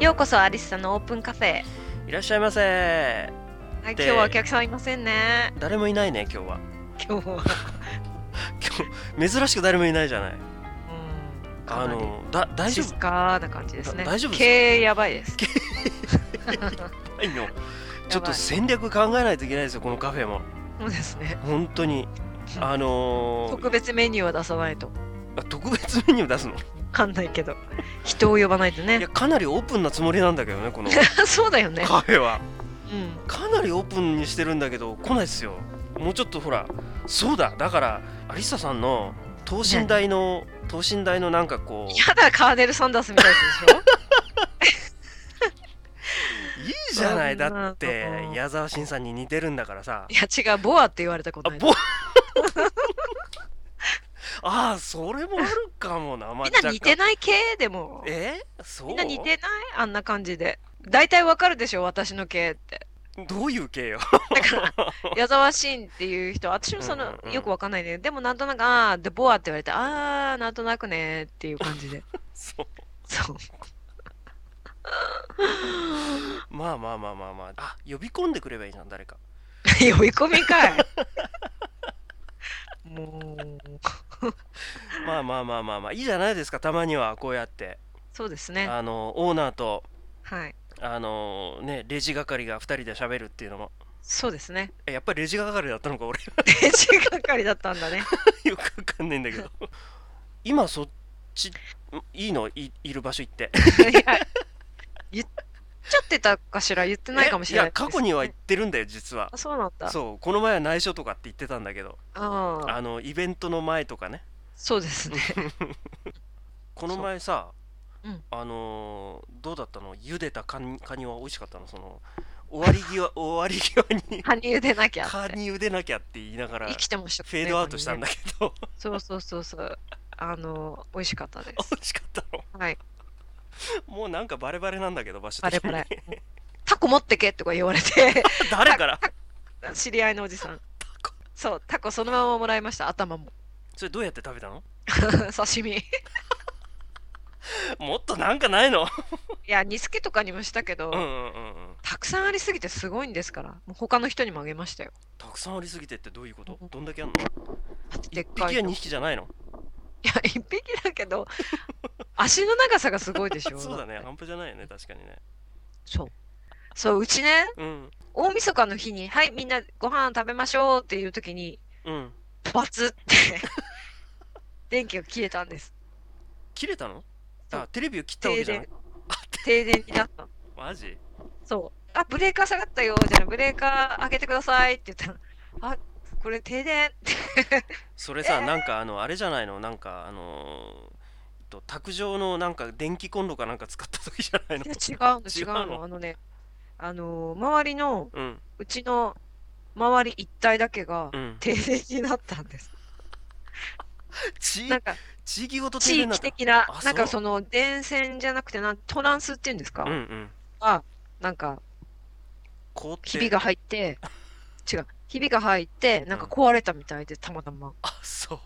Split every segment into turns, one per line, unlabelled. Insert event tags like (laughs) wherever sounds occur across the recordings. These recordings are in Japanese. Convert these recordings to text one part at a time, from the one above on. ようこそアリスさんのオープンカフェ。
いらっしゃいませ
はい、
で
今日はお客さんいませんね。
誰もいないね今日は
今日は。
今日珍しく誰もいないじゃない
うん。か
あ
なり
のだ大丈
静かな感じですね。
だ大丈夫ですか
経営やばいです。
夫ないの (laughs) ちょっと戦略考えないといけないですよこのカフェも
(laughs) そうですね。
本当にあのー
特別メニューは出さないと。
あ特別メニュー出すの
わかんないけど。人を呼ばないと
い
ね
や。かなりオープンなつもりなんだけどね
(laughs)
この
そうだよね。
カフェは
うん。
かなりオープンにしてるんだけど来ないっすよもうちょっとほらそうだだからアリサさんの等身大の等身大のなんかこう
やだ、カーネル・サンダースみたいなやつ
(laughs)
でしょ
いいじゃない
そんな
だって
うん
矢沢慎さんに似てるんだからさ
いや、違う、ボアって言われたこと
あ
ない。
ぼ (laughs) あーそれもあるかもな、まあ
みんな似て
若
ない系でも
干。えそう
みんな似てないあんな感じで。大体わかるでしょ、私の系って。
どういう系よ (laughs)
だから、 (laughs) 矢沢慎っていう人、私もその、
うんうんうん
よくわかんないね。でもなんとなく、あー、で、ボアって言われて、あー、なんとなくねっていう感
(laughs)
じで。
そう
そう。 (laughs)
まあまあまあまあまああ呼び込んでくればいいじゃん誰か
呼び込みか
(laughs)
い。もう、
まあまあまあまあまあいいじゃないですかたまにはこうやって
そうですね。
あのオーナーと
はい。
あのねレジ係が2人で喋るっていうのも
そうですね。
えやっぱりレジ係だったのか俺 (laughs)
電子係だったんだね。 (laughs)
よくわかんないんだけど今そっちんいいのいいる場所行って
いや言っちゃってたかしら言ってないかもしれない
えや過去には行ってるんだよ実は
あそうなんだ
そうこの前は内緒とかって言ってたんだけど
ああ
あのイベントの前と
(laughs)
かね
そうですね
(laughs) この前さ、
うん
あのーどうだったの茹でたカニカニは美味しかったのその終わり
(laughs)
際終わり際に
羽生でなきゃっ
カ
て
ニ茹でなきゃって言いながらフ
生きてましたね
ェードアウトしたん
こ
だけど
こにねそうそうそうそうあの美味しかったで
(laughs) 美
す
味しかったの
はい
もうなんかバレバレなんだけど場所
バレ
的に
バレタコ持ってけとか言われ
(laughs)
て
誰から
知り合いのおじさん
コ
そうタコそのままもらいました頭も (laughs)
それどうやって食べたの
刺身い
もっとなんかないの
や煮付けとかにもしたけど、
うんうんうんうん
たくさんありすぎてすごいんですからもう他の人にもあげましたよ
たくさんありすぎてってどういうこと
うん
どんだけあんの
だってで
一
っ
匹や
かいの
二匹じゃないの
いや、一匹だけど、足の長さがすごいでしょ。
(laughs) そうだね
って
半端じゃないよね確かにね
そう。そう、うちね、
うん
大晦日の日に、はい、みんなご飯食べましょうっていう時に、
うん
バツ
(laughs)
って、電気が消えたんです。
切れたの
そう
あテレビを切ったわ
停
けじゃない
電。停電になったの。
マジ
そう。あ、ブレーカー下がったよ、じゃない、ブレーカー開けてくださいって言ったら、あ、これ停電って。
それさなんかあのあれじゃないのなんかあのーえっと卓上のなんか電気コンロかなんか使った時じゃないの
いや違うの、違
違う
う
の
の。あのね、あのー周りの、
うん
うちの周り一帯だけが
うん
停電になったんです。
地
なんか、
地域ごと停
地
電にな
域
った
的な
あ、
なんか
そ
その電線じゃなくてなん、トランスっていうんですか、
うんうん
あなんか
凍って
ひびが入って、
(laughs)
違う、ひびが入って、なんか壊れたみたいで、たまたま。
あそう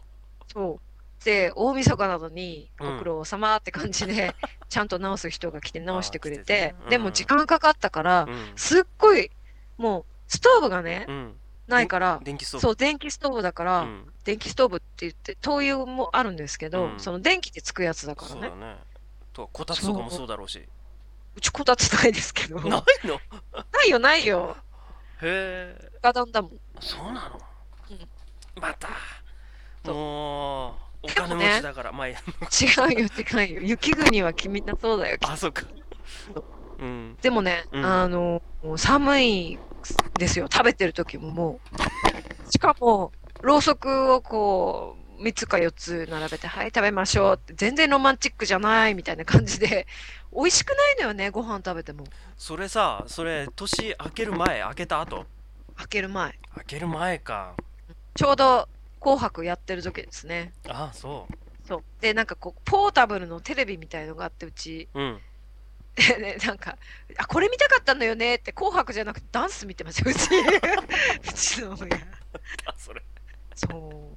そう。で、大晦日なのに、
うん
ご苦労様って感じで、 (laughs) ちゃんと直す人が来て直してくれ
あ来て
て
ねうん、
でも時間かかったから、
うん
すっごい、もう、ストーブがね
う、ん
ないから、
電気ストーブ
そう、電気ストーブだから、
うん
電気ストーブって言って、灯油もあるんですけど、
うん
その電気でつくやつだから
そう
ね。
だねとはこたつとかもそうだろうし
うちこたつないですけど。
ない
な
(laughs) のへ
いよ、 (laughs) ないよ。
え
ガダンだもん。
そうなの
うん
また
そう
もうお
でも
金
ね
持ちだからまあいいや
違うよ、違うよ。雪国は君みんなそうだよ。
(laughs) あそっか
そう
うん
でもね、
うん
あの、もう寒いですよ。食べてる時ももう。しかも、ろうそくをこう、3つか4つ並べて、はい、食べましょうって、全然ロマンチックじゃないみたいな感じで、美味しくないのよね、ご飯食べても。
それさそれ年明ける前明けた後
開ける前。
明ける前か
ちょうど、紅白やってる時ですね。
あそ
そう。で、なんかこう、ポータブルのテレビみたいのがあって、うち、
ううん
でね、なんか、あ、これ見たかったんだよねって、紅白じゃなくてダンス見てますよ、うち。 (laughs) うちの親。
あそれ
そう。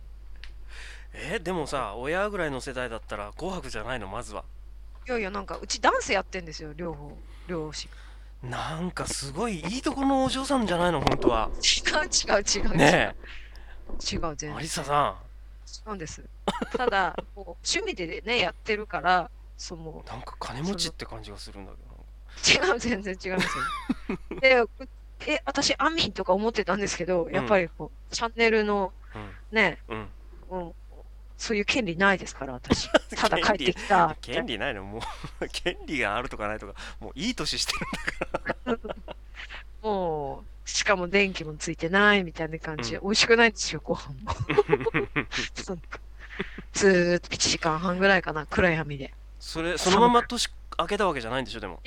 えでもさ親ぐらいの世代だったら「紅白」じゃないのまずは
いやいや、なんか、うちダンスやってんですよ、両方。両親。
なんかすごいいいとこのお嬢さんじゃないの本当は
(laughs) 違う違う違う。
ね
違う、
え
全
ア
然
リサさ
違うんです。ただ、こう趣味でね、やってるから、その、
んなんか金持ちって感じがするんだけど
違う、全然違うん
(laughs)
ですよ。で、え、私、アミンとか思ってたんですけど、やっぱりこう、チャンネルのね、
うんうん
うん、そういう権利ないですから、
(laughs)
私。ただ帰ってきた。
権利ないのもう権利があるとかないとかもういい年してる
もう、しかも電気もついてないみたいな感じで、美味しくないんですよ、ご飯も。なんか (laughs) ずーっと1時間半ぐらいかな、暗闇で。
それそのまま年明けたわけじゃないんでしょでも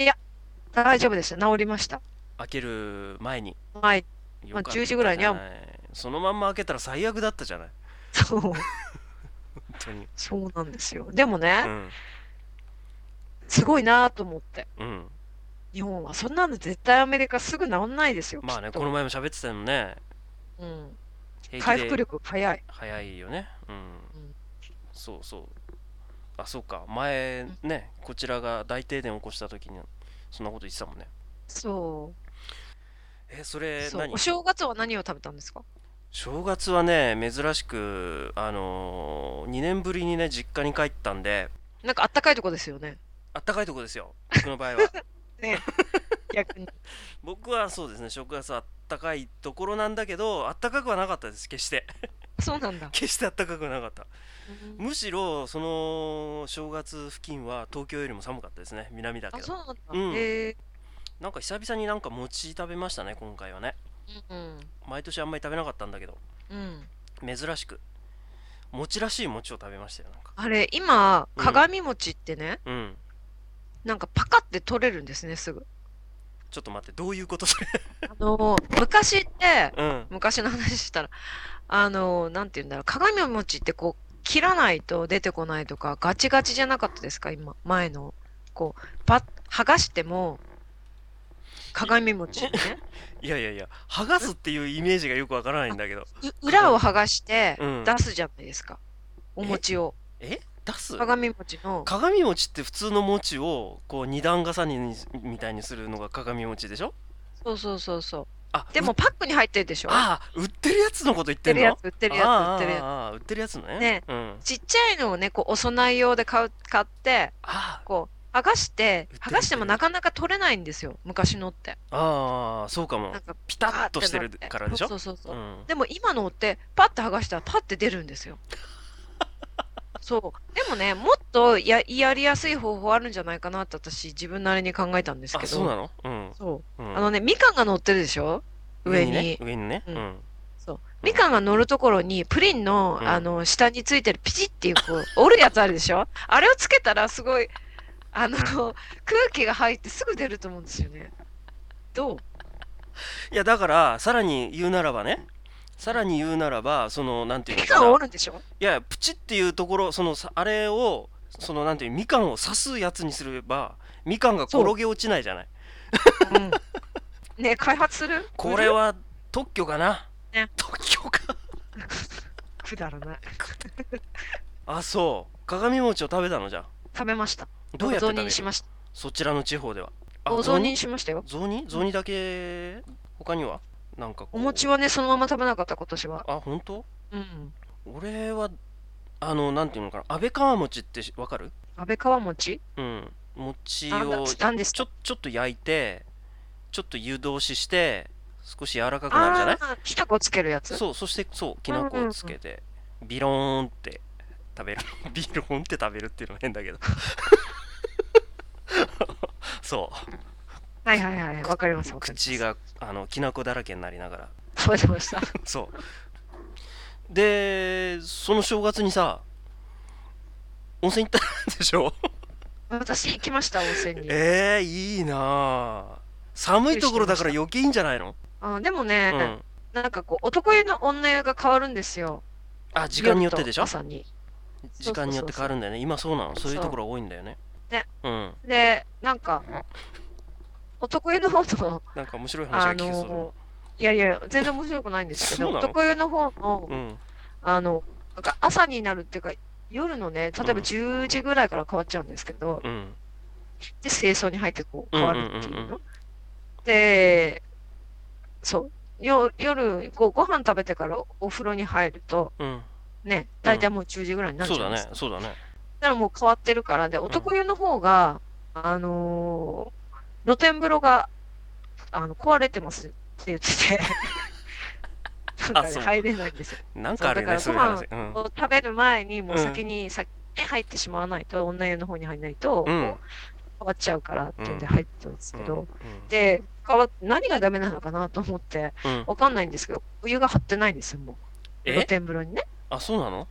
大丈夫です。治りました。
明ける前に
はい。
よかった
10時ぐらいには
じゃなそのまんま開けたら最悪だったじゃない
そう、
本当に
そうなんですよ。でもね、
うん
すごいなと思って。
うん
日本は。そんなの絶対アメリカすぐ治んないですよ。
まあね
きっと
この前も喋ってたよね
うん。
平気で
回復力早い。
早いよねうん、
ん
そうそうあそうか前ねこちらが大停電起こした時にそんなこと言ってたもんね
そ。
えそうれ
そう
何
お正月は何を食べたんですか
正月はね珍しくあのー、2年ぶりにね実家に帰ったんで
なんかあったかいとこですよね。
あったかいとこですよ僕の場合は (laughs)
ね逆に。
僕はそうですね正月はあったかいところなんだけどあったかくはなかったです決して (laughs)
そうなんだ。
決してあったかくはなかった
うん
むしろその正月付近は東京よりも寒かったですね南だけ
あ、
ど
そうなんだ。
うん
え
なんか久々になんか餅食べましたね今回はね
ー、うん。
毎年あんまり食べなかったんだけど
うん。
珍しく餅らしい餅を食べましたよなんか
あれ、今、
うん
鏡餅ってね、
うん
なんかパカって取れるんですね、すぐ。
ちょっと待ってどういうことそれ
(laughs) あの、昔って、
うん
昔の話したら、あの、なんて言うんだろう、鏡餅ってこう、切らないと出てこないとか、ガチガチじゃなかったですか、今、前の。こう、ば、剥がしても、鏡餅ね。
いやいやいや剥がすっていうイメージがよくわからないんだけど
う裏を剥がして
うん、
出すじゃないですか。お餅を。
え出す
鏡餅の。
鏡餅って普通の餅をこう二段重ねにみたいにするのが鏡餅でしょ
そうそうそうそう。
あ
で
う
もパックに入ってるでしょ売っ
ああ売ってるやつのこと言っててん
る
の
やつ、売ってるやつ、売ってるや
あーあーあー売ってるやつね
ね
うん
つ。ちっちゃいのをね、こう、お供え用で買う、買って、
あ
こう、剥がして
売ってる、
剥がしてもなかなか取れないんですよ、昔のって。
ーあーそうかも
なんか
ピタッとしてるからでしょ
そうそうそうそう、
うん
でも今のってパッて剥がしたらパッて出るんです
(laughs)
よそうでもねもっとややりやすい方法あるんじゃないかなって私自分なりに考えたんですけ
あ
ど
そうなのうん
そう
うん
あのねみかんが乗ってるでしょ上に
ね上にねう
うん
ん
みかんが乗るところにプリンの、
うん
あの下についてるピチっていうこう (laughs) 折るやつあるでしょあれをつけたらすごいあの空気が入ってすぐ出ると思うんですよねどう
いやだからさらに言うならばねさらに言うならばそのなんていう
み
の
か
か
ん
な
折るんでしょ
いやプチっていうところそのさあれをそのなんていうみかんを刺すやつにすればみかんが転げ落ちないじゃない
うん (laughs) ね開発する
これは特許かな、
ね
特許か
くだらない
あそう鏡餅を食べたのじゃあ
食べました
どうやって
お雑
食べ
煮
る
にしました
そちらの地方ではあ
お雑煮にしましたよ
雑煮雑煮だけ他にはなんかこう
お餅はねそのまま食べなかった今年は
あ本当
うん
俺はあのなんていうのかな安倍川餅ってわかる
安倍川餅
うん餅
なんだ
を
なんです
ち
か
ょちょっと焼いてちょっと湯通しして少し柔らかくなるじゃない
あーきな粉つけるやつ
そうそしてそうきな粉をつけてビローンって食べる (laughs) ビローンって食べるっていうのも変だけど (laughs) そう
はいはいはいわかりますわかります
口があのきな粉だらけになりながら (laughs)
食べてました
そうでその正月にさ温泉行ったんでしょ
私行きました温泉に
えー、いいなあ寒いところだから余計いいんじゃないの、
あでも
う
ね
ん、
なんかこう男湯の女湯が変わるんですよ
あ時間によってでしょ
夜と朝に
時間によって変わるんだよね今そうなのそういうところ多いんだよね
ね
うん
でなんか男湯の方と
なんか面白い (laughs) 話
あ
が聞けそ
のいやいや全然面白くないんですけ
そう
ど
なの
男湯の方の、
ううん
あの、なんか朝になるっていうか、夜のね、例えば
うん
10時ぐらいから変わっちゃうんですけど、
うん
で、清掃に入ってこう変わるっていうの。
うんうんうんう
で、そう。よ夜こうご飯食べてからお風呂に入ると、
うん、
ね、大体もう10時ぐらいになる
そ
じ
う
ゃな
だ
いですか。
ねそうだね
だからもう変わってるからで、男湯の方が、あのー露天風呂が、あの、壊れてますって言って
(laughs)
て、なんかね
そう
入れないんですよ。
なんかあるよねそ
そうう
いう
だから
話うん
こう食べる前に、もううん先に先に入ってしまわないと、女湯の方に入らないと、
うん
こう変わっちゃうからっていうんで
うん
入ってたんですけど、
うん
で、変わ何がダメなのかなと思って、
うん
わかんないんですけど、お湯が張ってないんですよ、もう。露
え
天風呂にね。
あそうなの、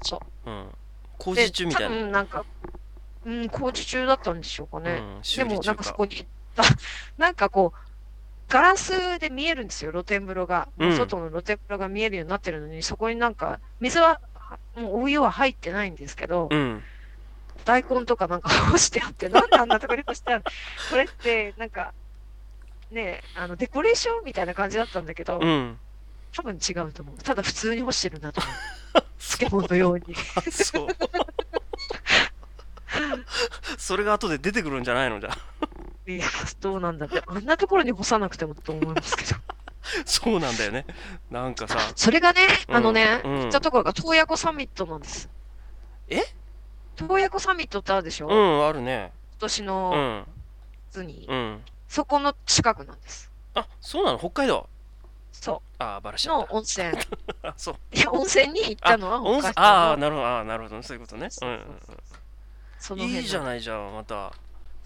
そう
うん、工
で、
事中みた
多
いな、
分なんか、うん、工事中だったんでしょうかね。
うん、
で
修理
も、な
中
んかそ
か
こに、あ (laughs) なんかこう、ガラスで見えるんですよ、露天風呂が。
うん
外の露天風呂が見えるようになってるのに、そこになんか、水は、もうお湯は入ってないんですけど、
うん
大根とかなんか干してあって、なんであんなとこに干
(laughs)
してあるこれって、なんか、ねえ、あの、デコレーションみたいな感じだったんだけど、 (laughs)
うん
多分違うと思う。ただ普通に干してるなと
(laughs)
思う。漬物のように。
あそう (laughs) それが後で出てくるんじゃないのじゃあ
いや、どうなんだって。あんなところに干さなくてもと思います
(laughs)
けど。
そうなんだよねなんかさ
それがね、
うん
あのね、
うん
行ったところが洞爺湖サミットなんです。
え
洞爺湖サミットってあるでしょ、
う
今
んあるね
年
う
の
ん
夏に、
うん
そこの近くなんです。
あそうなの北海道
そ
あーバラし
う。
ちゃっ
の温泉。
たあそう
いや、温泉に行ったのは
温
北海
泉
道
ああ
の
なるほどあーなるほどそういうことねうんうん
そ
うん
の辺
いいじゃ
い。
ないじゃんまた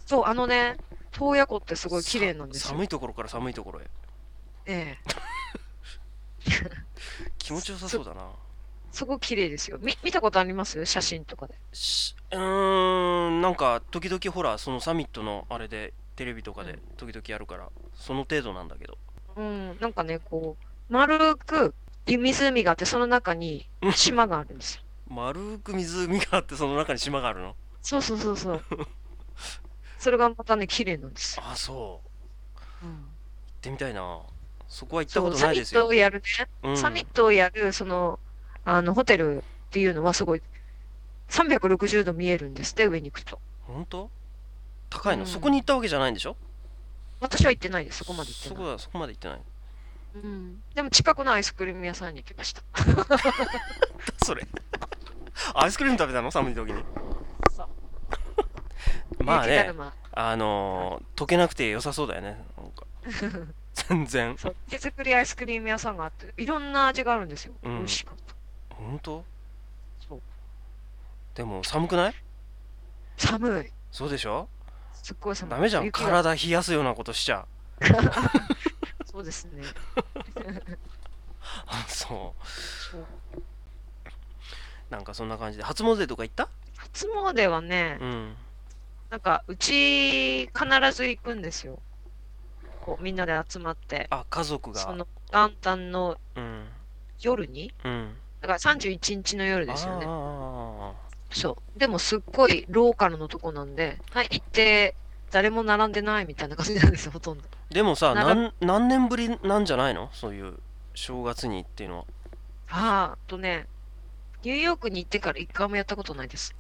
そう、あのね、洞爺湖ってすごい綺麗なんです
さ
よ。
寒いところから寒いところへ
ええ。
気持ちよさそうだな
すごい綺麗ですよ。み見たことあります写真とかで。
しうーんなんか時々ほらそのサミットのあれでテレビとか
う
で
ん
時々やるから、その程度なんだけど
うん、なんかね、こう、丸く湖があって、その中に島があるんですよ。
丸く湖があってその中に島があるの
そうそうそうそう。
(laughs)
それがまたね、綺麗なんですよ。
あそう
うん、
行ってみたいなそこは行った
そ
こ
う
と
サ
ない
ミ
で
ッ
す
ト
よ
をやるね、
うん
サミットをやる、その、あの、ホテルっていうのはすごい、360度見えるんですって、上に行くと。
本当高いの、
うん
そこに行ったわけじゃないんでしょ
私は行ってないです、そこまで行って
そこ
ない。
だそこまで行ってない
うん、でも、近くのアイスクリーム屋さんに行きました。
それ (laughs) アイスクリーム食べたの寒い時に
そう
まあ
雪だ
ね
るま
あのー溶けなくて良さそうだよねなんか
(laughs)
全然
そう手作りアイスクリーム屋さんがあって、いろんな味があるんですよ。
うん
美味しかった。
本当
そう
でも寒くない
寒い。
そうでしょ
すっごい寒い。
ダメじゃん
雪が
体冷やすようなことしちゃ
そうですね。 (laughs)
あそ
そう
うなんかそんな感じで初詣とか行った
初詣はね、
うん
なんか、うち、必ず行くんですよ。こう、みんなで集まって。
あ家族
そ
が
の、元旦の
うん
夜に、
うん
だから31日の夜ですよ
あ
ね。
ー
そう。でも、すっごいローカルのとこなんで、はい、行って、誰も並んでないみたいな感じなんですよ、ほとんど。
でもさ
長
なん何年ぶりなんじゃないのそういう正月にっていうのは (laughs)
ああ、あとね、ニューヨークに行ってから一回もやったことないです。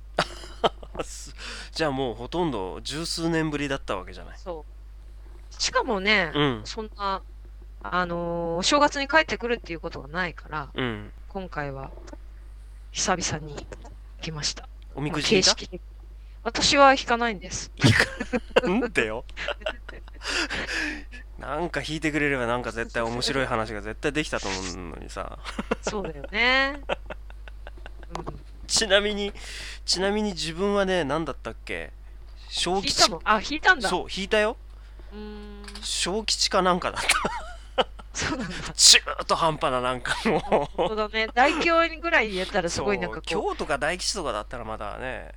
あすじゃあもうほとんど十数年ぶりだったわけじゃない
そう。しかもね、
うん
そんな、あのーお正月に帰ってくるっていうことがないから、
うん
今回は久々に来ました。
おみくじ引い
形
た
式的私は引かないんです。 (laughs)
(laughs) うんってよなんか引いてくれればなんか絶対面白い話が絶対できたと思うのにさ
そうだよね。うん
ちなみにちなみに自分はね何だったっけ小
引いた
吉
のあ、引いたんだ。う
そう引いたよ
ーん。
小吉かなんかだった
そうなんだ。
中途半端ななんかもう
そうだね。大凶ぐらい言えたら (laughs) すごいなんか
そう
こ。
京とか大吉とかだったらまだね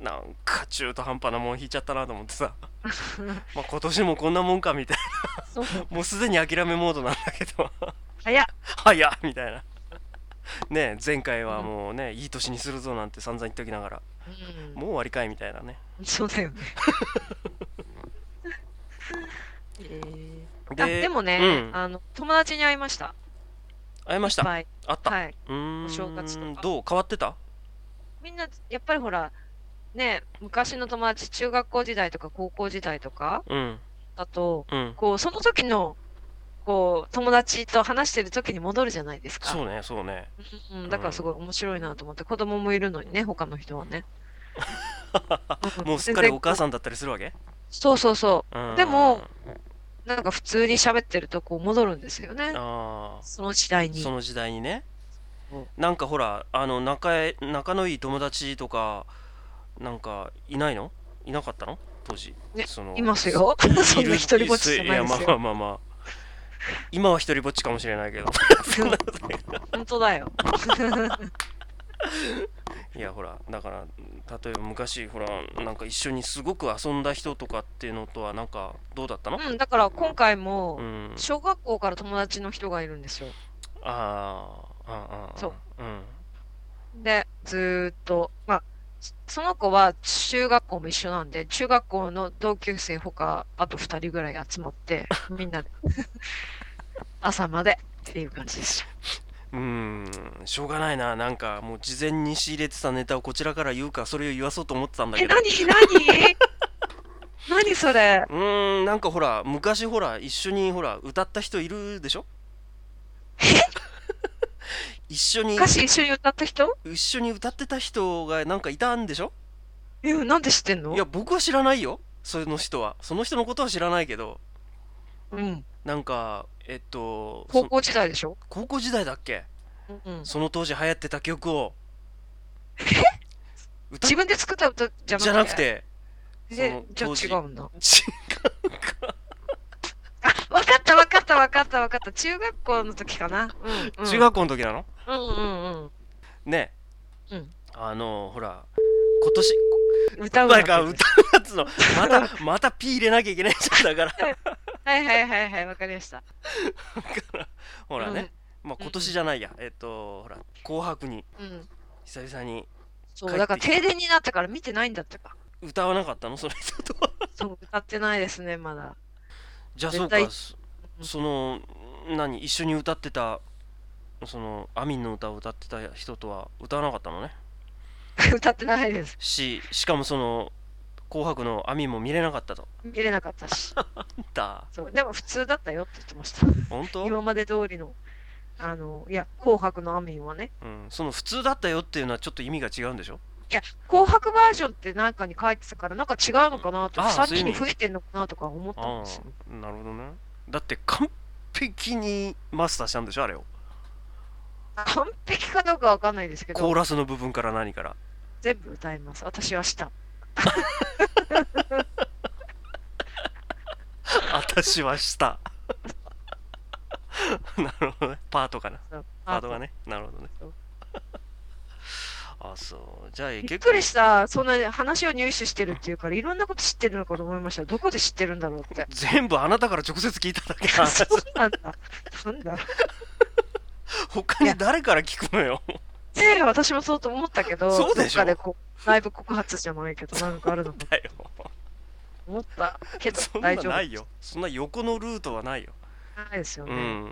なんか中途半端なもん引いちゃったなと思ってさまあ今年もこんなもんかみたいう
そう
なもうすでに諦めモードなんだけど
早っ。
早っみたいなね前回はもうねいい年にするぞなんて散々言っときながら
う
もう終わりかいみたいなね
ん。そうだよね。 (laughs) えーあでもね、
うん
あの友達に会いました。
会いました
いっぱい
あった
はい。
うーん
お正月とか
どう変わってた
みんなやっぱりほらね、昔の友達、中学校時代とか高校時代とか
うん
だと、
うん
こう、その時の、こう、友達と話してる時に戻るじゃないですか。
そうねそうね
うん、だからすごい面白いなと思って、子供もいるのにね、他の人は
(laughs)
ね。
もうすっかりお母
ん。
さんだったりするわけ、
そうそうそ
うん、
でもう。なんか普通に喋ってるとこう戻るんですよね。
ああ
その時代に
そ。の時代にね
そう
なんかほらあの仲え仲のいい友達とかなんかいないのいなかったの当時、
ね
その
いますよ。 (laughs) そんな一人ぼっちじゃない
い
です
やまあ
よ。
まあまあ今は一人ぼっちかもしれないけどそんなことない
本当だよ。
(laughs) いやほらだから例えば昔ほらなんか一緒にすごく遊んだ人とかっていうのとはなんかどうだったの、
うん、だから今回
う
も、
ん、
小学校から友達の人がいるんですよ。
あーあーあー
そう
うん
で、ずーっと、まあ、その子は中学校も一緒なんで、中学校の同級生ほか、あと2人ぐらい集まって、みんなで、朝までっていう感じでした。
うーんしょうがないななんかもう事前に仕入れてたネタをこちらから言うかそれを言わそうと思ってたんだ
え、
けど
なになに何それ
うーんなんかほら昔ほら一緒にほら歌った人いるで
(laughs)
しょ一緒に
歌詞一緒に歌った人
一緒に歌ってた人がなんかいたんでしょ
え、なんで知ってんの
いや僕は知らないよその人はその人のことは知らないけど
うん。
なんかえっと
高
そ
校時代でしょ
高校時代だっけ
うん。
その当時流行ってた曲を歌っ
自分で作った歌じゃなくて。
じゃなくて
え
その当時
じゃあ違うんだ。
ち
あ、わかったわかったわかったわかった。中学校の時かな。うん、うん。
中学校の時なの
うんうん
ね
うん
あのほら今年
うん。歌う
だ
わ
から
けです
歌うやつのまたまた P 入れなきゃいけないじゃんだから
はいはいはいはい、わかりました。 (laughs)
ほらね、まあ今年じゃないやえっとほら紅白に
うん。うん。
久々に
そ
帰
う、だ
ってきて
から停電になったから見てないんだったか。
歌わなかったのそ (laughs) の人とは
そう、歌ってないですね、まだ。
じゃあそう
絶
か
対
そその何一緒に歌ってたそのアミンの歌を歌ってた人とは歌わなかったのね
(laughs) 歌ってないです。
ししかもその紅白のアミンも見れなかったと
見れなかった
(laughs)
し。
だ
そう、でも普通だったよって言ってました。
本当、
今まで通りの。あの、いや、紅白のアミンはね。
うん、その普通だったよっていうのはちょっと意味が違うんでしょ
いや、紅白バージョンってなんかに書いてたから、なんか違うのかなと
あ
か、
あ
さっ
そういう
き
意
に
味
増えてんのかなとか思ったん
あ
ですよ。
あなるほどねだって完璧にマスターしたんでしょあれを
完璧かどうかわかんないですけ
コー
ど、
ラスの部分から何から
全部歌います。私はした。
私はした。 (laughs) なるほどね。パートかな。
そう
パートがね。なるほどね
そう。
あ、そう。じゃあ、
びっ
結
く
構。
りした。そんな話を入手してるっていうから、いろんなこと知ってるのかと思いました。どこで知ってるんだろうって
全部あなたから直接聞いただけなん
そ
だ
うなんだ。なんだ。
他に誰から聞くのよ。
ねえ、私もそうと思ったけど、
そうでし
どっか
ょ
でこう、内部告発じゃないけど、なんかあるのかと
だよ。
思ったけ
そ
ど、
んな
大丈夫。
ないよ。そんな横のルートはないよ。
ないですよ
う
ね。
ん。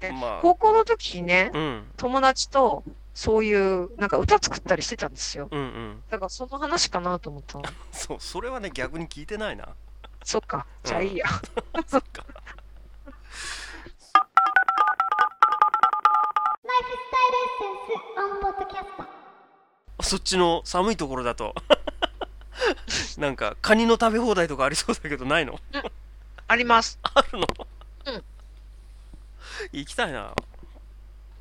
ね
まあ、
高校の時にね、
うん。
友達と、そういう、なんか歌作ったりしてたんですよ。
うんうん。
だからその話かなと思ったの。
そう、それはね、逆に聞いてないな。
そっか。じゃあいいや。
エッセンスオンポッドキャスト
そっちの寒いところだと。 (laughs) なんか、カニの食べ放題とかありそうだけど、ないの
あります。
あるの
うん
行きたいな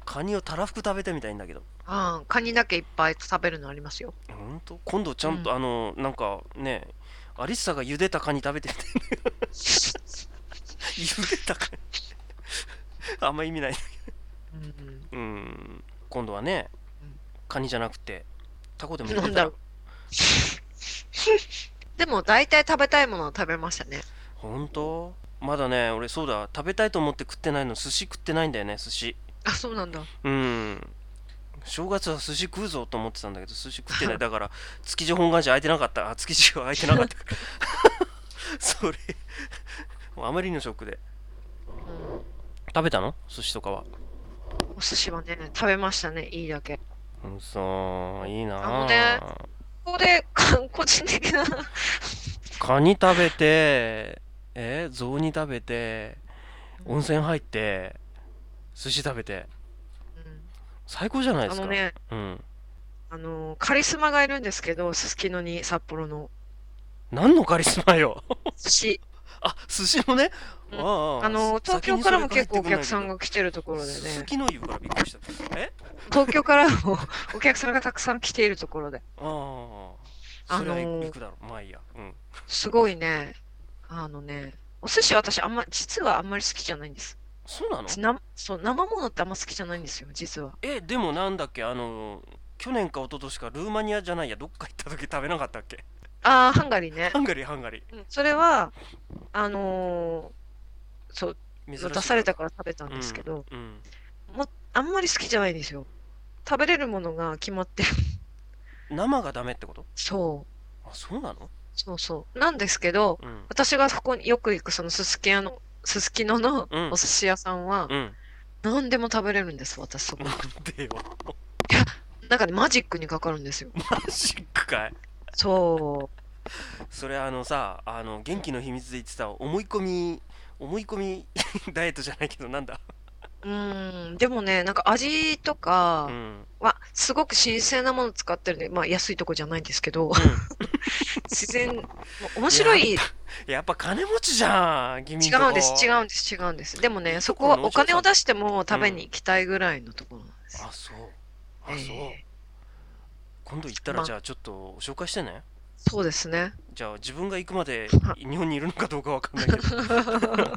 カニをたらふく食べてみたいんだけど
うん。カニだけいっぱい食べるのありますよ。
ほんと今度ちゃんと、あのなんかねアリッサが茹でたカニ食べてみて
(laughs)
茹でたカニ (laughs) あんま意味ない
うん。
うん今度はね
うん
カニじゃなくてタコでも
なん
た
だ
ら
ろう。でも大体食べたいものを食べましたね。
ほんとまだね俺そうだ食べたいと思って食ってないの寿司食ってないんだよね寿司
あ、そうなんだ。
うん正月は寿司食うぞと思ってたんだけど寿司食ってない
(laughs)
だから築地本願寺空いてなかったあ築地は空いてなかった (laughs) からそれもうあまりのショックで
うん、
食べたの寿司とかは
お寿司はね、食べましたね、いいだけ。
うんそういいな
あのねこで (laughs) か個人的な
カニ食べて、えー、雑煮食べて、温泉入って、寿司食べて、
うん
最高じゃないで
あ
すか。
のね、
うん。
あのカリスマがいるんですけど、すすきのに札幌の
何のカリスマよ。 (laughs)
寿司。
あ、寿司のね。
うん
ああ
あの東京からも結構お客さん
が
が来てるところで
好
ね、
きの言うからびっくりした。え
東京からも (laughs) お客さんがたくさん来ているところで、
ああ。
あ
それは
のー
行くだろう。まあいいや。うん。
すごいね、あのね、お寿司私あんま、実はあんまり好きじゃないんです。
そうなの
なそう生ものってあんま好きじゃないんですよ、実は。
え、でもなんだっけ、あの、去年か一昨年かルーマニアじゃないや、どっか行った時食べなかったっけ
ああ、ハンガリーね。
ハンガリー、ハンガリー。
うんそれは、あのーそう、
珍しい
出されたから食べたんですけど、
うん。
あんまり好きじゃないんですよ。食べれるものが決まってる。 (laughs)
生がダメってこと
そう、
あ、そうなの
そうそう。なんですけど、
うん。
私がそこによく行くそのすすき屋の、すすきのの
うん
お寿司屋さんは、
うん。
何でも食べれるんです、私そこ。
なんでよ。
なんかね、マジックにかかるんですよ。
マジかい。
そ
それあのさ、あの、元気の秘密で言ってた思い込み、思い込みダイエットじゃないけど、なんだ。
う。うーん、でもね、なんか味と
う
か
ん。
は、すごく新鮮なもの使ってるんで、まあ安いとこじゃないんですけど、 (laughs) 自然、もう面白い、違
やっぱ金持ちじゃん、君んとこ
うんです、違うんです、違うんです。でもね、そこはお金を出しても食べに行きたいぐらいのところなんです。
あ、そう。あ、そう。
ええ
今度行ったら、
まあ
じゃあちょっと紹介してね。
そうですね。
じゃあ自分が行く
(laughs)
まで
は
日本にいるのかどうかわかんないけど。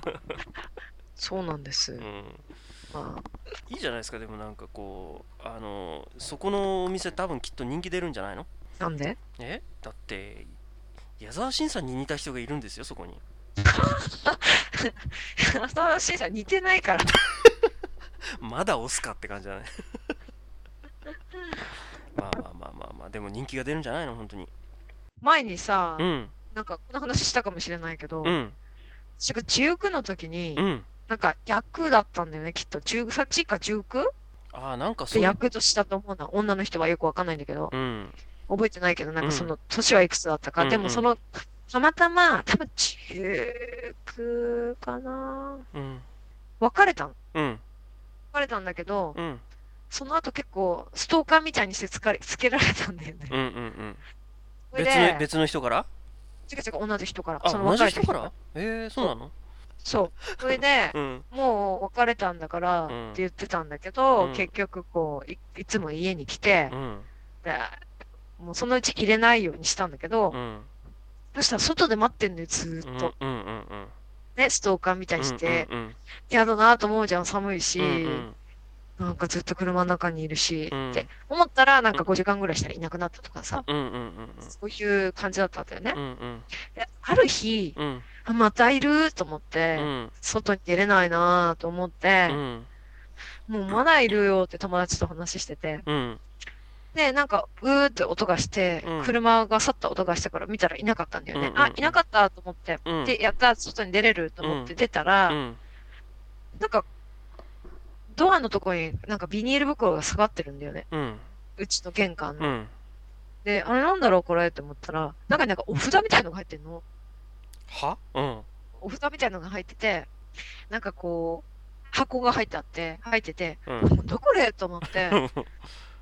そうなんです。
うん
まあ、
いいじゃないですか、でもなんかこう、あの、そこのお店多分きっと人気出るんじゃないの
なんで
えだって、矢沢慎さんに似た人がいるんですよ、そこに。
新しいさん似てない
(laughs)
から。
まだ押すかって感
(laughs)
じだね。まあまあまあまあまあ、でも人気が出るんじゃないの、本当に。
前にさ
う、ん、
なんかこの話したかもしれないけど、
うん、
私が中9の時に
う、ん。
なんか役だったんだよね、きっと。中さっちか中 9?
ああ、なんかそ
で
う。
役としたと思うな。女の人はよくわかんないんだけど、
うん、
覚えてないけど、なん
うん
かその、年はいくつだったか。
うん
で
うん
もその、たまたま、多分中9かな。
うん、
別れたの。
うん、
別れたんだけど、
うん、うん、
その後結構、ストーカーみたいにしてつかれつけられたんだよね。
うん、うん。
それ
別の
で、
別の人から
違う違う、同じ人から。
あ、
その
同
別
じ
れた
人からえー、そうなの
そう。それで、
うん、
もう別れたんだからって
うん
言ってたんだけど、
うん
結局こうい、いつも家に来て
う、ん、
でもうそのうち入れないようにしたんだけど、
うん、
そしたら外で待ってんのよ、ず
う
ー
ん、
っ
う
と。
ん、うん、うん。
ね、ストーカーみたいにして、
うんうん
やだなと思うじゃん、寒いし、
うんうん
なんかずっと車の中にいるし、
うん
って思ったら、なんか5時間ぐらいしたらいなくなったとかさ、
うんうんうん
そういう感じだったんだよね。
うんうん
である日、
うん
あまたいると思って、
うん
外に出れないなと思って、
うん
もうまだいるよって友達と話してて、
うん
で、なんか、うーって音がして、
うん
車が去った音がしたから見たらいなかったんだよね。
うんうんうん
あ、いなかったと思って。
うん
で、やった、外に出れると思って出たら、
うん
なんか、ドアのとこになんかビニール袋が下がってるんだよね。
うん
うちの玄関の。
うん
で、あれなんだろうこれって思ったら、中になんかお札みたいのが入ってんの。
はうん
お札みたいのが入ってて、なんかこう、箱が入ってあって、入ってて、
うん
もうどこれと思
(laughs)
って、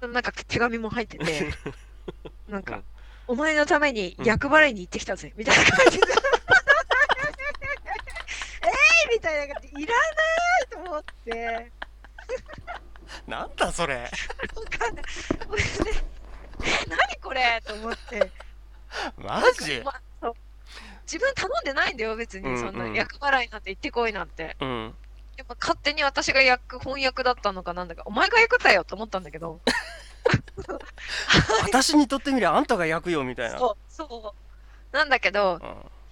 なんか手紙も入ってて、なん
う
か
ん、
お前のために
うん
役払いに行ってきたぜ、みたいな感じで。え (laughs) ーみたいな感じで、いらないと思って、 (laughs)
なんだそれ
わかんない。それで何これと思って、
マジ
まそう自分頼んでないんだよ、別
うんう
に。
ん
そんな役払いなんて行ってこいなんて。
うん
やっぱ勝手に私が役、翻訳だったのかなんだか、お前が役だよと思ったんだけど。
私にとってみりゃあんたが焼くよみたいな
そう、そう。なんだけど、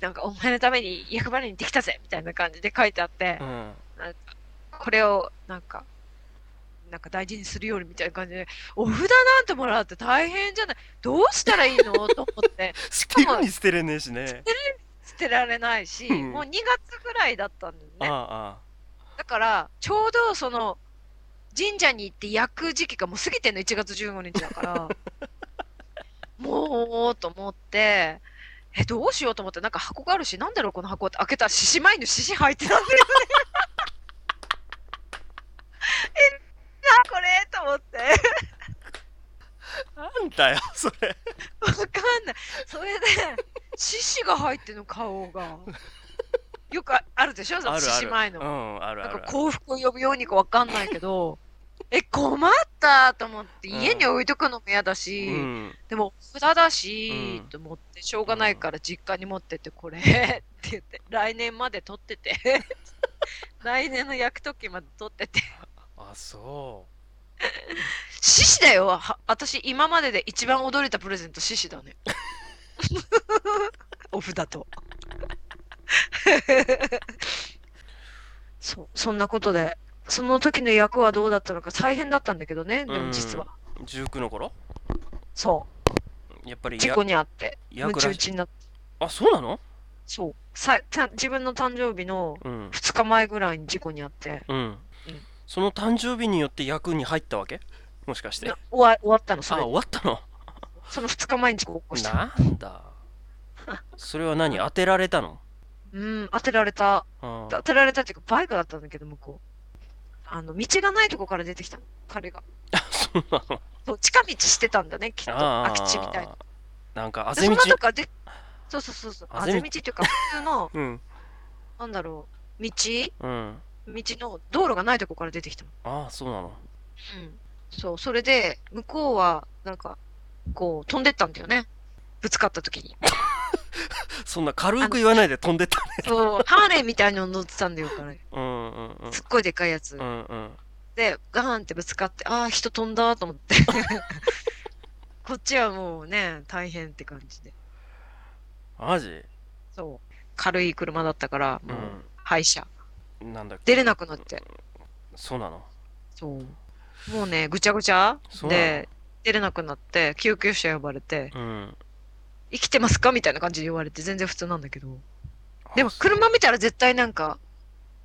なんかお前のために役割にできたぜみたいな感じで書いてあって
う、ん
これをなんか、なんか大事にするようにみたいな感じで、お札なんてもらうって大変じゃないどうしたらいいのと思って、
捨てるに捨てれねえしね
捨てられないし、
うん
もう2月ぐらいだったんだよね。
あ
だから、ちょうどその、神社に行って焼く時期がもう過ぎてんの、1月15日だから。もうと思って、え、どうしようと思って、なんか箱があるし、なんだろう、この箱って開けたら、獅子舞の獅子入ってたん
(laughs)
だよね。え、な、これと思って。
なんだよそれ
わかんない。それで、獅子が入ってんの、顔が。よくああるでしょ、その
ある
獅
あ
子
る
舞の
う。んある
な
あ
ん
る
か
ある
幸福を呼ぶようにかわかんないけ
(laughs)
ど、え、困ったと思って、
うん
家に置いとくのも嫌だし、
うん
でも、札だし、
うん
と思って、しょうがないから実家に持ってって、これ、って言って、来年まで取って (laughs) て、来年の焼く時まで取ってて、
あそう
獅子だよは私、今までで一番驚いたプレゼント、獅子だ
(laughs)
ね。お札と。 (laughs) そう、そんなことで、その時の役はどうだったのか、大変だったんだけどね、でも実は。
19の頃
そ
やっぱ
う、
りや
事故にあって、
役
むち
らし
打ちになって、
あそうなの
そうさた、自分の誕生日の
うん
2日前ぐらいに事故にあって、
うんその誕生日によって役に入ったわけもしかして
な
あ
終わ終わったの、それ
終わったの
その2日前に事故起こした。
なんだそれ
(laughs)
は何当てられたの
うん、当てられた。
あー
当てられたっていうか、バイクだったんだけど、向こう。あの、道がないとこから出てきたの、彼が。
(laughs) そうなの
そう、近道してたんだね、きっと。
あ
空
ー
き地みたいな。
なんかあ
で
ぜ道
そんなとこからでそうそうそうそう。
あ
あ
ぜ
ぜ
道
道っていうか、普通の、
うん
なんだろう、道
うん
道の道路がないとこから出てきたの。
ああそうなの
うん。そう、それで、向こうは、なんか、こう、飛んでったんだよね。ぶつかった時に。
そんな軽く言わないで飛んでったね
そう、ハーレーみたいなの乗ってたんだよ、彼。
うんうんうん
すっごいでかいやつ
う。んうん
で、ガーンってぶつかって、ああ、人飛んだと思って。 (laughs) こっちはもうね、大変って感じで。
マジ
そう。軽い車だったから、もう、廃車。
うんなんだっけ
出れなくなって。
そうなの
そう。もうね、ぐちゃぐちゃ
そうなの
で、出れなくなって、救急車呼ばれて、
うん
生きてますかみたいな感じで言われて、全然普通なんだけど。でも、
あ
車見たら絶対なんか、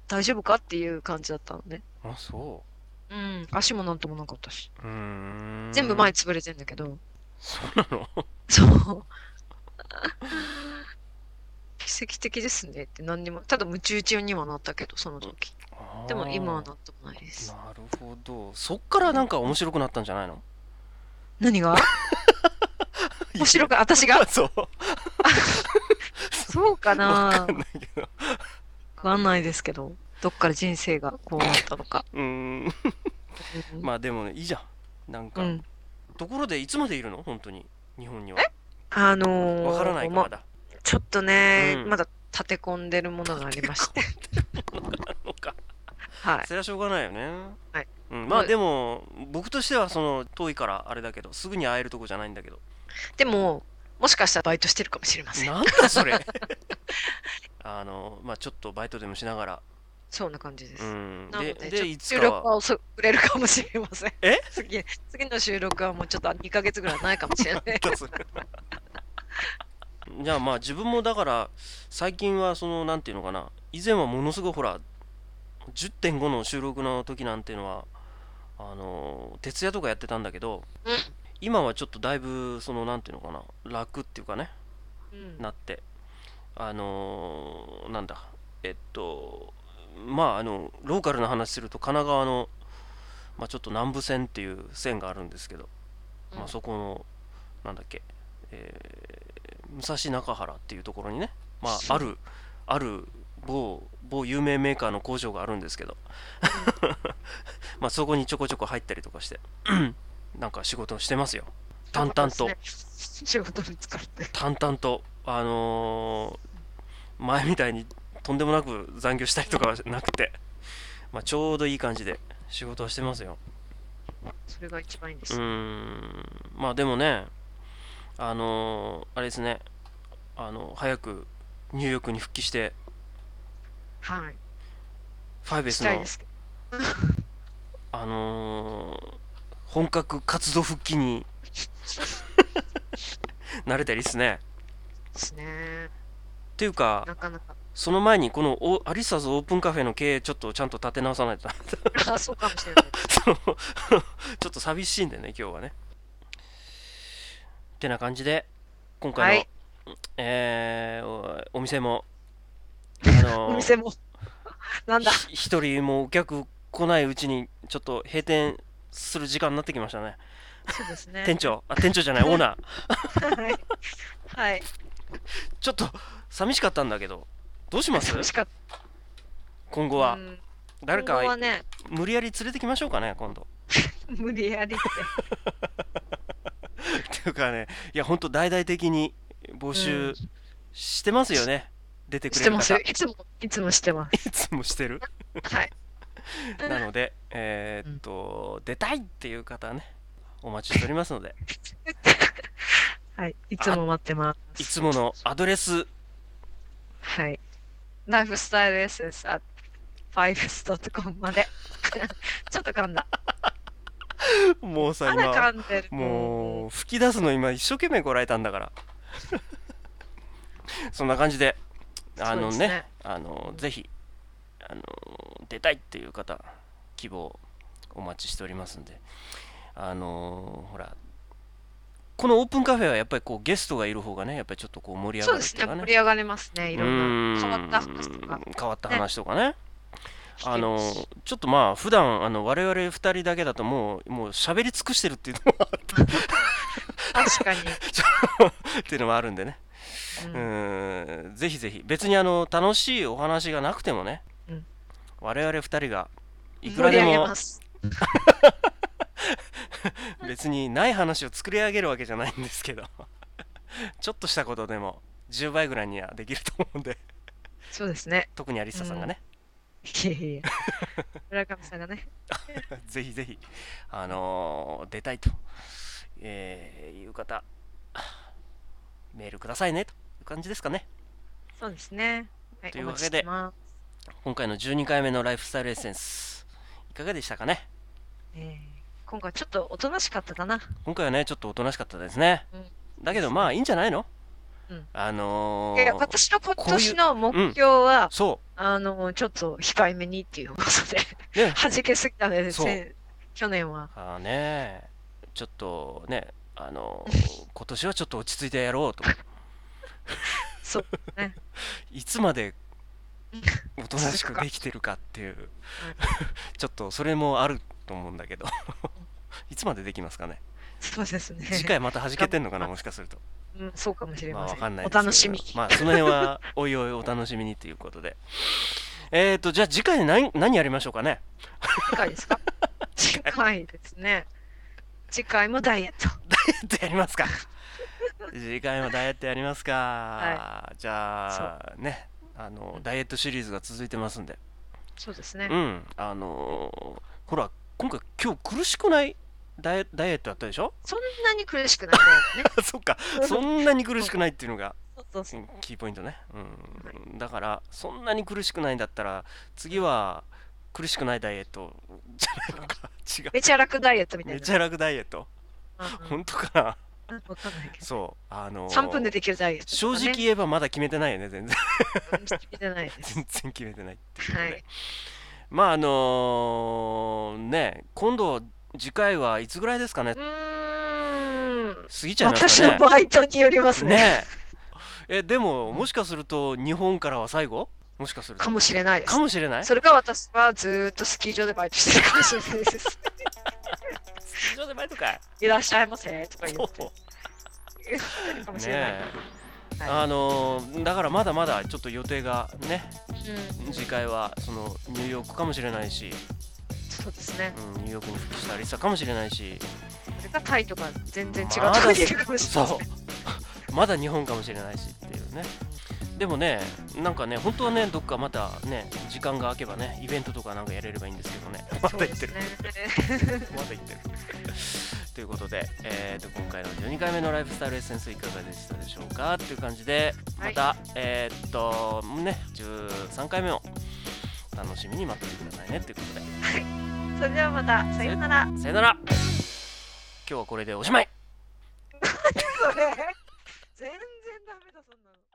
大丈夫かっていう感じだったのね。
あそ
うん。足もなんともなかったし。
ううーん
全部前に潰れてんだけど。
そうなの
そう。奇跡的ですねって何にも、ただ夢中中にはなったけど、その時。
あー
(laughs) でも今はなんともないです。
なるほどそっからなんか面白くなったんじゃないの
何が (laughs) 面白
か
く、私が
(laughs) そう
そうか
わ
な
かんないけど
わかんないですけど、どっから人生がこうなったのか。
うー
う
ん
ん
まあでもねいいじゃんなんか、
うん。
ところでいつまでいるの本当に日本には
あのー
わからないか
ま
まだ (laughs)
ちょっとね、
うん
まだ立て込んでるものがありま
(laughs)
して。
のか
はい。
それはしょうがないよね、
はい
うん、ま
は
あ
い
でも僕としてはその遠いからあれだけどすぐに会えるとこじゃないんだけ
(laughs)
ど
でも、もしかしたらバイトしてるかもしれません。
なんだ
(laughs)
それあのまあちょっとバイトでもしながら
そんな感じです。
うん
なの
で
で、
でいつ
収
か
録
は
は遅れるかもしれません。
え
次次の収録はもうちょっと2ヶ月ぐらいないかもし
(laughs)
れない。
じゃあまあ自分もだから最近はそのなんていうのかな以前はものすごいほら10.5の収録の時なんていうのはあの徹夜とかやってたんだけど
うん
今はちょっとだいぶそのなんていうのかな楽っていうかね
うん
なってあのーなんだえっとまああのローカルな話すると神奈川の、まあ、ちょっと南部線っていう線があるんですけど、まあ、そこのなんだっけ、えー武蔵中原っていうところにね、まあ、あるある某某有名メーカーの工場があるんですけど (laughs) まあそこにちょこちょこ入ったりとかして (clears throat) なんか仕事をしてますよ淡々と。
仕事に疲れて。
淡々と、あのー前みたいにとんでもなく残業したりとかはなくて、まあ、ちょうどいい感じで仕事をしてますよ。
それが一番いいんで
う
す。
ーん、まあでもね、あのーあれですね、あの早くニューヨークに復帰して、
はい。
ファイベ
し
ス
たい
の
で、すけど。
あのー本格活動復
(laughs)
帰に慣れたりですね。
ですね。
っていうか、
なかな
(laughs)
か。
その前にこのおアリサーズオープンカフェの経営ちょっとちゃんと立て直さないとな
あ、そうかも
(laughs)
しれない。
そのちょっと寂しいんだよね今日はねてな感じで今
は
回の、
い。
えーおお
(laughs)
店もあの
お店も。 (laughs) なん
(laughs)
だ。
ひ一人もお客来ないうちにちょっと閉店する時間になってきましたね
そうですね。
店長あ店長
(laughs)
じゃないオーナー
はい。はい。
ちょっと寂しかったんだけどどうし (laughs) ます
楽しかっ
今後
た。
は
うん
誰
今後は
か
ね、
無理やり連れてきましょうかね今度 (laughs)
無理やりって。
っていうかねいやほんと大々的に募集してますよね、出てく
し
れ
て
る方
ますよ。
い
いつも、いつもしてます。
つもしてる
はい。
(laughs) なので、えーっと、出たいっていう方はね、お待ちしておりますの
(laughs)
で、
はい。いつも待ってます。
いつものアドレス、
はい。ライフスタイルエッセンス at fives.com まで。 (laughs) ちょっと噛んだ。
もうさ、
まだ
今、
噛んでる。
もう吹き出すの今、一生懸命こらえたん
(laughs)
だから。そんな感じで、あ
そう
の
で
ね、
すね
あのぜひあの、出たいっていう方、希望、お待ちしておりますんで、あのほら、このオープンカフェはやっぱりこうゲストがいる方がね、やっぱりちょっとこう盛り
そ
上
う
が
で
るっ
す
ていう
ね。
かね
盛。り上がりますね。いろんな変わった
うーん
話とか。
変わった話とかね
聞け
あの
ます
ちょっとまあ普段あの我々2人だけだともうもう喋り尽くしてるっていうのも (laughs)
確かに。
っていうのもあるんでねう
うん
ーんぜひぜひ別にあの楽しいお話がなくてもね、
うん
我々2人がいくらで
盛り上げ
も
ます
別にない話を作り上げるわけじゃないんですけど (laughs) ちょっとしたことでも10倍ぐらいにはできると思うんで
そうですね。
特にアリサさんがね、
いえいえ。 (laughs) 村上さんがね。
ぜひぜひ、あのー出たいと、えーいう方、メールくださいねという感じですかね。
そうですね。はい。
という
お
わ
待ち
け
し
で
てま
今回の12回目のライフスタイルエッセンス、いかがでしたかね
すえー今回ちょっとおとなしかったかな。
今回はね、ちょっとおとなしかったですね。
うん
だけど、まあ、いいんじゃないの、
うん
あの
い
ー
や私の今年の目標は、
そ
あの、ちょっと控えめにっていうことで、
う、ね、
弾けすぎたね、
そう
せ去年は。
あーねちょっとね、あの
(laughs)
ー今年はちょっと落ち着いてやろうと。
そうね
(laughs) いつまでおとなしくできてるかっていう、 (laughs) ちょっとそれもあると思うんだけど、 (laughs) いつまでできますかね。
そうですね。
次回また弾けてんのかな、もしかすると。
うん、そうかもしれ
まあ、
ませ
わ
ん。
かんない
お
ですけど
楽しみに。
まあ、その辺は、おいおいお楽しみにということで。えっと、じゃあ次回何何やりましょうかね。
次回
(laughs)
ですか次回ですね。次回もダイエット。
ってやりますか。次回もダイエットやりますか。じゃあ、ね、あの、ダイエットシリーズが続いてますんで。
そうですね
う。ん、あのーほら、今回、今日苦しくないダイダイエットだったでしょ (laughs)
そんなに苦しくないね。
そっか、 (laughs) そんなに苦しくないっていうのが
そうそうそう
うんキーポイントね。うん、だから、そんなに苦しくないんだったら、次は苦しくないダイエットじゃないのか、違う。
めちゃ楽ダイエットみたい
め
な。
ちゃ楽ダイエット、
うん
本当かな、
うんわかんないけど。
そう、あのー
3分でできるダイエット
正
とかね、
直言えばまだ決めてないよね、全然。
うん。見てないです。
全然決めてないっていうことで、
はい
まああのーね今度次回はいつぐらいですかね
うーん。
過ぎちゃいま
私
した
の
ね
バイトによりますね。
ねええでももしかすると日本からは最後もしかすると
かもしれないです
か。もしれない
それか私はずーっとスキー場でバイトしてるかもしれないです。
出場でバイトかい
いらっしゃいませとか言
そ
って
う
言ってるかもしれない。
ねえ、
は
あのーだからまだまだちょっと予定がね
いうん
次回はそのニューヨークかもしれないし、
そうですね。
うん、ニューヨークに復帰したりさかもしれないし
それかタイとか全然違うと
まだ
こにいるかもしれない。
そう (laughs) まだ日本かもしれないしっていうねでもねなんかね本当はねどっかまたね時間が空けばねイベントとかなんかやれればいいんですけどね (laughs) まだ言ってる、
そうです
まだ言ってる (laughs) ということで、えー、と今回の12回目のライフスタイルエッセンスいかがでしたでしょうかっていう感じでま
はい
た、えーっとね13回目を楽しみに待っててくださいねということで
ね。それではまた、さようなら。
さよなら今日はこれでおしまい
それ全然ダメだ、そんなの。